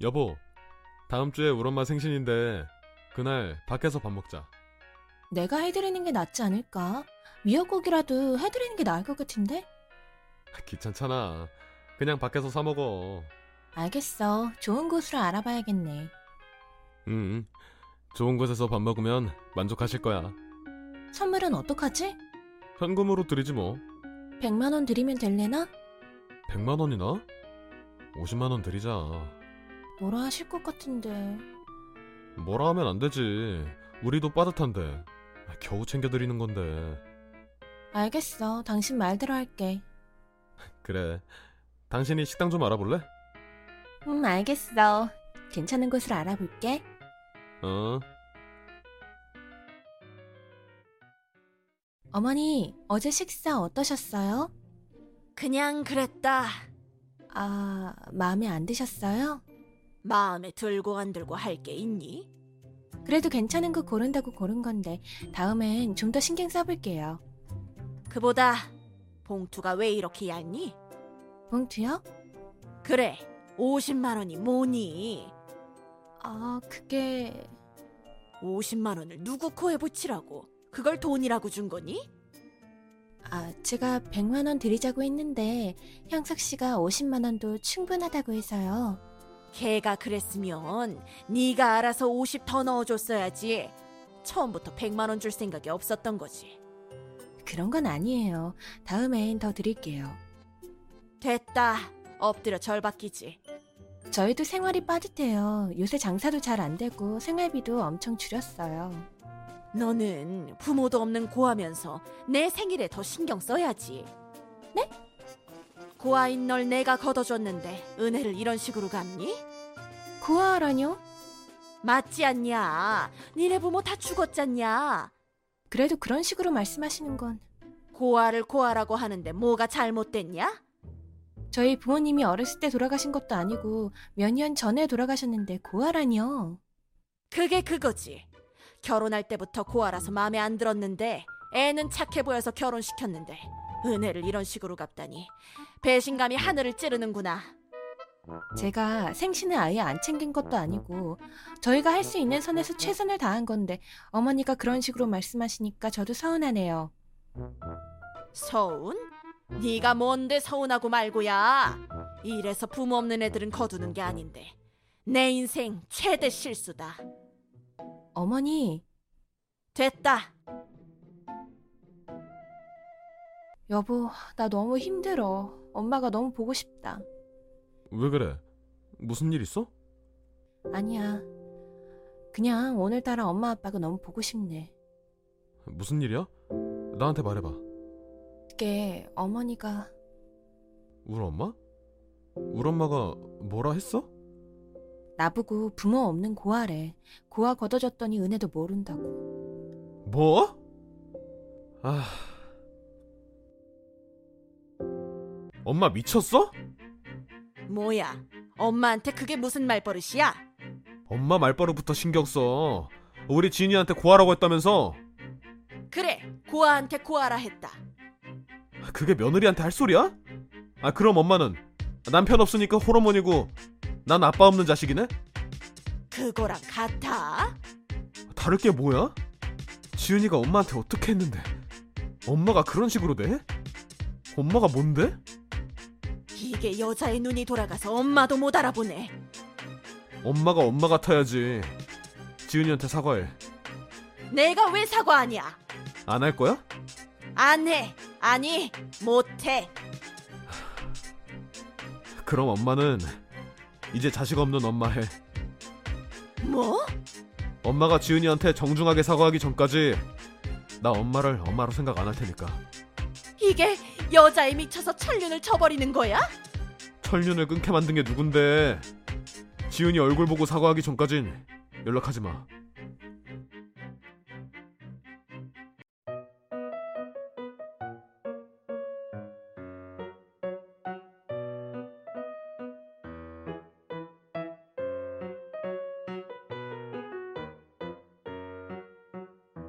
여보, 다음 주에 우리 엄마 생신인데 그날 밖에서 밥 먹자. 아, 내가 해드리는 게 낫지 않을까? 미역국이라도 해드리는 게 나을 것 같은데? 귀찮잖아. 그냥 밖에서 사 먹어. 알겠어. 좋은 곳으로 알아봐야겠네. 응. 좋은 곳에서 밥 먹으면 만족하실 거야. 선물은 어떡하지? 현금으로 드리지 뭐. 100만 원 드리면 될래나? 100만 원이나? 50만 원 드리자. 뭐라 하실 것 같은데. 뭐라 하면 안 되지. 우리도 빠듯한데. 아, 겨우 챙겨 드리는 건데. 알겠어. 당신 말대로 할게. 그래. 당신이 식당 좀 알아볼래? 음, 알겠어. 괜찮은 곳을 알아볼게. 어. 어머니, 어제 식사 어떠셨어요? 그냥 그랬다. 아, 마음에 안 드셨어요? 마음에 들고 안 들고 할 게 있니? 그래도 괜찮은 거 고른다고 고른 건데, 다음엔 좀 더 신경 써볼게요. 그보다 봉투가 왜 이렇게 얇니? 봉투요? 그래, 50만 원이 뭐니? 아, 그게, 50만 원을 누구 코에 붙이라고? 그걸 돈이라고 준 거니? 아, 제가 100만 원 드리자고 했는데, 형석 씨가 50만 원도 충분하다고 해서요. 걔가 그랬으면 네가 알아서 50 더 넣어줬어야지. 처음부터 100만 원 줄 생각이 없었던 거지. 그런 건 아니에요. 다음엔 더 드릴게요. 됐다. 엎드려 절바뀌지. 저희도 생활이 빠듯해요. 요새 장사도 잘 안 되고 생활비도 엄청 줄였어요. 너는 부모도 없는 고하면서 내 생일에 더 신경 써야지. 네? 고아인 널 내가 걷어줬는데 은혜를 이런 식으로 갚니? 고아라뇨? 맞지 않냐? 니네 부모 다 죽었잖냐? 그래도 그런 식으로 말씀하시는 건 고아를 고아라고 하는데 뭐가 잘못됐냐? 저희 부모님이 어렸을 때 돌아가신 것도 아니고 몇 년 전에 돌아가셨는데 고아라뇨? 그게 그거지. 결혼할 때부터 고아라서 마음에 안 들었는데 애는 착해 보여서 결혼시켰는데 은혜를 이런 식으로 갚다니 배신감이 하늘을 찌르는구나. 제가 생신을 아예 안 챙긴 것도 아니고 저희가 할 수 있는 선에서 최선을 다한 건데 어머니가 그런 식으로 말씀하시니까 저도 서운하네요. 서운? 네가 뭔데 서운하고 말고야. 이래서 부모 없는 애들은 거두는 게 아닌데. 내 인생 최대 실수다. 어머니, 됐다. 여보, 나 너무 힘들어. 엄마가 너무 보고 싶다. 왜 그래? 무슨 일 있어? 아니야. 그냥 오늘따라 엄마 아빠가 너무 보고 싶네. 무슨 일이야? 나한테 말해봐. 그게 어머니가 우리 엄마? 우리 엄마가 뭐라 했어? 나보고 부모 없는 고아래. 고아 걷어줬더니 은혜도 모른다고. 뭐? 아. 엄마 미쳤어? 뭐야? 엄마한테 그게 무슨 말버릇이야? 엄마 말버릇부터 신경 써. 우리 진이한테 고하라고 했다면서? 그래, 고아한테 고아라 했다. 그게 며느리한테 할 소리야? 아, 그럼 엄마는 남편 없으니까 호르몬이고 난 아빠 없는 자식이네? 그거랑 같아? 다를 게 뭐야? 지은이가 엄마한테 어떻게 했는데 엄마가 그런 식으로 돼? 엄마가 뭔데? 이게 여자의 눈이 돌아가서 엄마도 못 알아보네. 엄마가 엄마 같아야지. 지은이한테 사과해. 내가 왜 사과하냐? 안 할 거야? 안 해. 아니, 못 해. 그럼 엄마는 이제 자식 없는 엄마 해. 뭐? 엄마가 지은이한테 정중하게 사과하기 전까지 나 엄마를 엄마로 생각 안 할 테니까. 이게 여자에 미쳐서 천륜을 쳐버리는 거야? 철륜을 끊게 만든 게 누군데? 지은이 얼굴 보고 사과하기 전까진 연락하지 마.